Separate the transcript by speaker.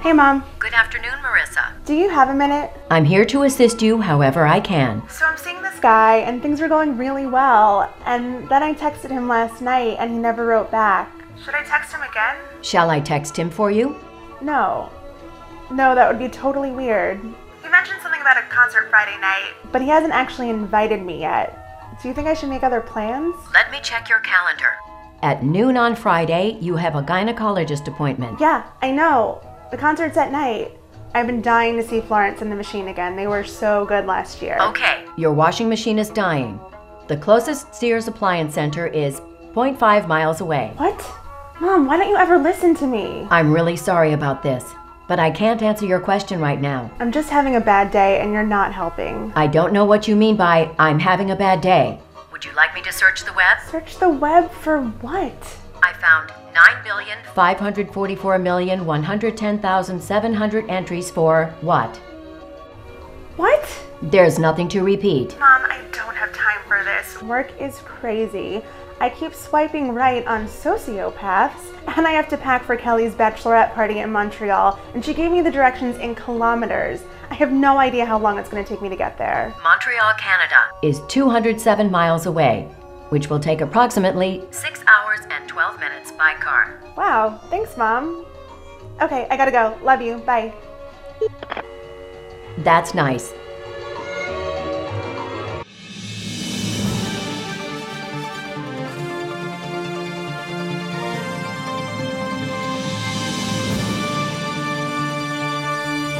Speaker 1: Hey, Mom,
Speaker 2: Good afternoon, Marissa.
Speaker 1: do you have a minute?
Speaker 2: I'm here to assist you however I can.
Speaker 1: So I'm seeing this guy, and things were going really well, and then I texted him last night, and he never wrote back. Should I text him again?
Speaker 2: Shall I text him for you?
Speaker 1: No. No, that would be totally weird. You mentioned something about a concert Friday night. But he hasn't actually invited me yet. Do you think I should make other plans?
Speaker 2: Let me check your calendar. At noon on Friday, you have a gynecologist appointment.
Speaker 1: Yeah, I know. The concert's at night. I've been dying to see Florence and the Machine again. They were so good last year.
Speaker 2: Okay. Your washing machine is dying. The closest Sears Appliance Center is 0.5 miles away.
Speaker 1: What? Mom, why don't you ever listen to me?
Speaker 2: I'm really sorry about this, but I can't answer your question right now.
Speaker 1: I'm just having a bad day and you're not helping.
Speaker 2: I don't know what you mean by I'm having a bad day. Would you like me to search the web?
Speaker 1: Search the web for what?
Speaker 2: I found 9,544,110,700 entries for what?
Speaker 1: What?
Speaker 2: There's nothing to repeat.
Speaker 1: Mom, I don't have time for this. Work is crazy. I keep swiping right on sociopaths, and I have to pack for Kelly's bachelorette party in Montreal, and she gave me the directions in kilometers. I have no idea how long it's going to take me to get there.
Speaker 2: Montreal, Canada is 207 miles away, which will take approximately 6 hours and 12 minutes by car.
Speaker 1: Wow, thanks, Mom. Okay, I gotta go. Love you. Bye.
Speaker 2: That's nice.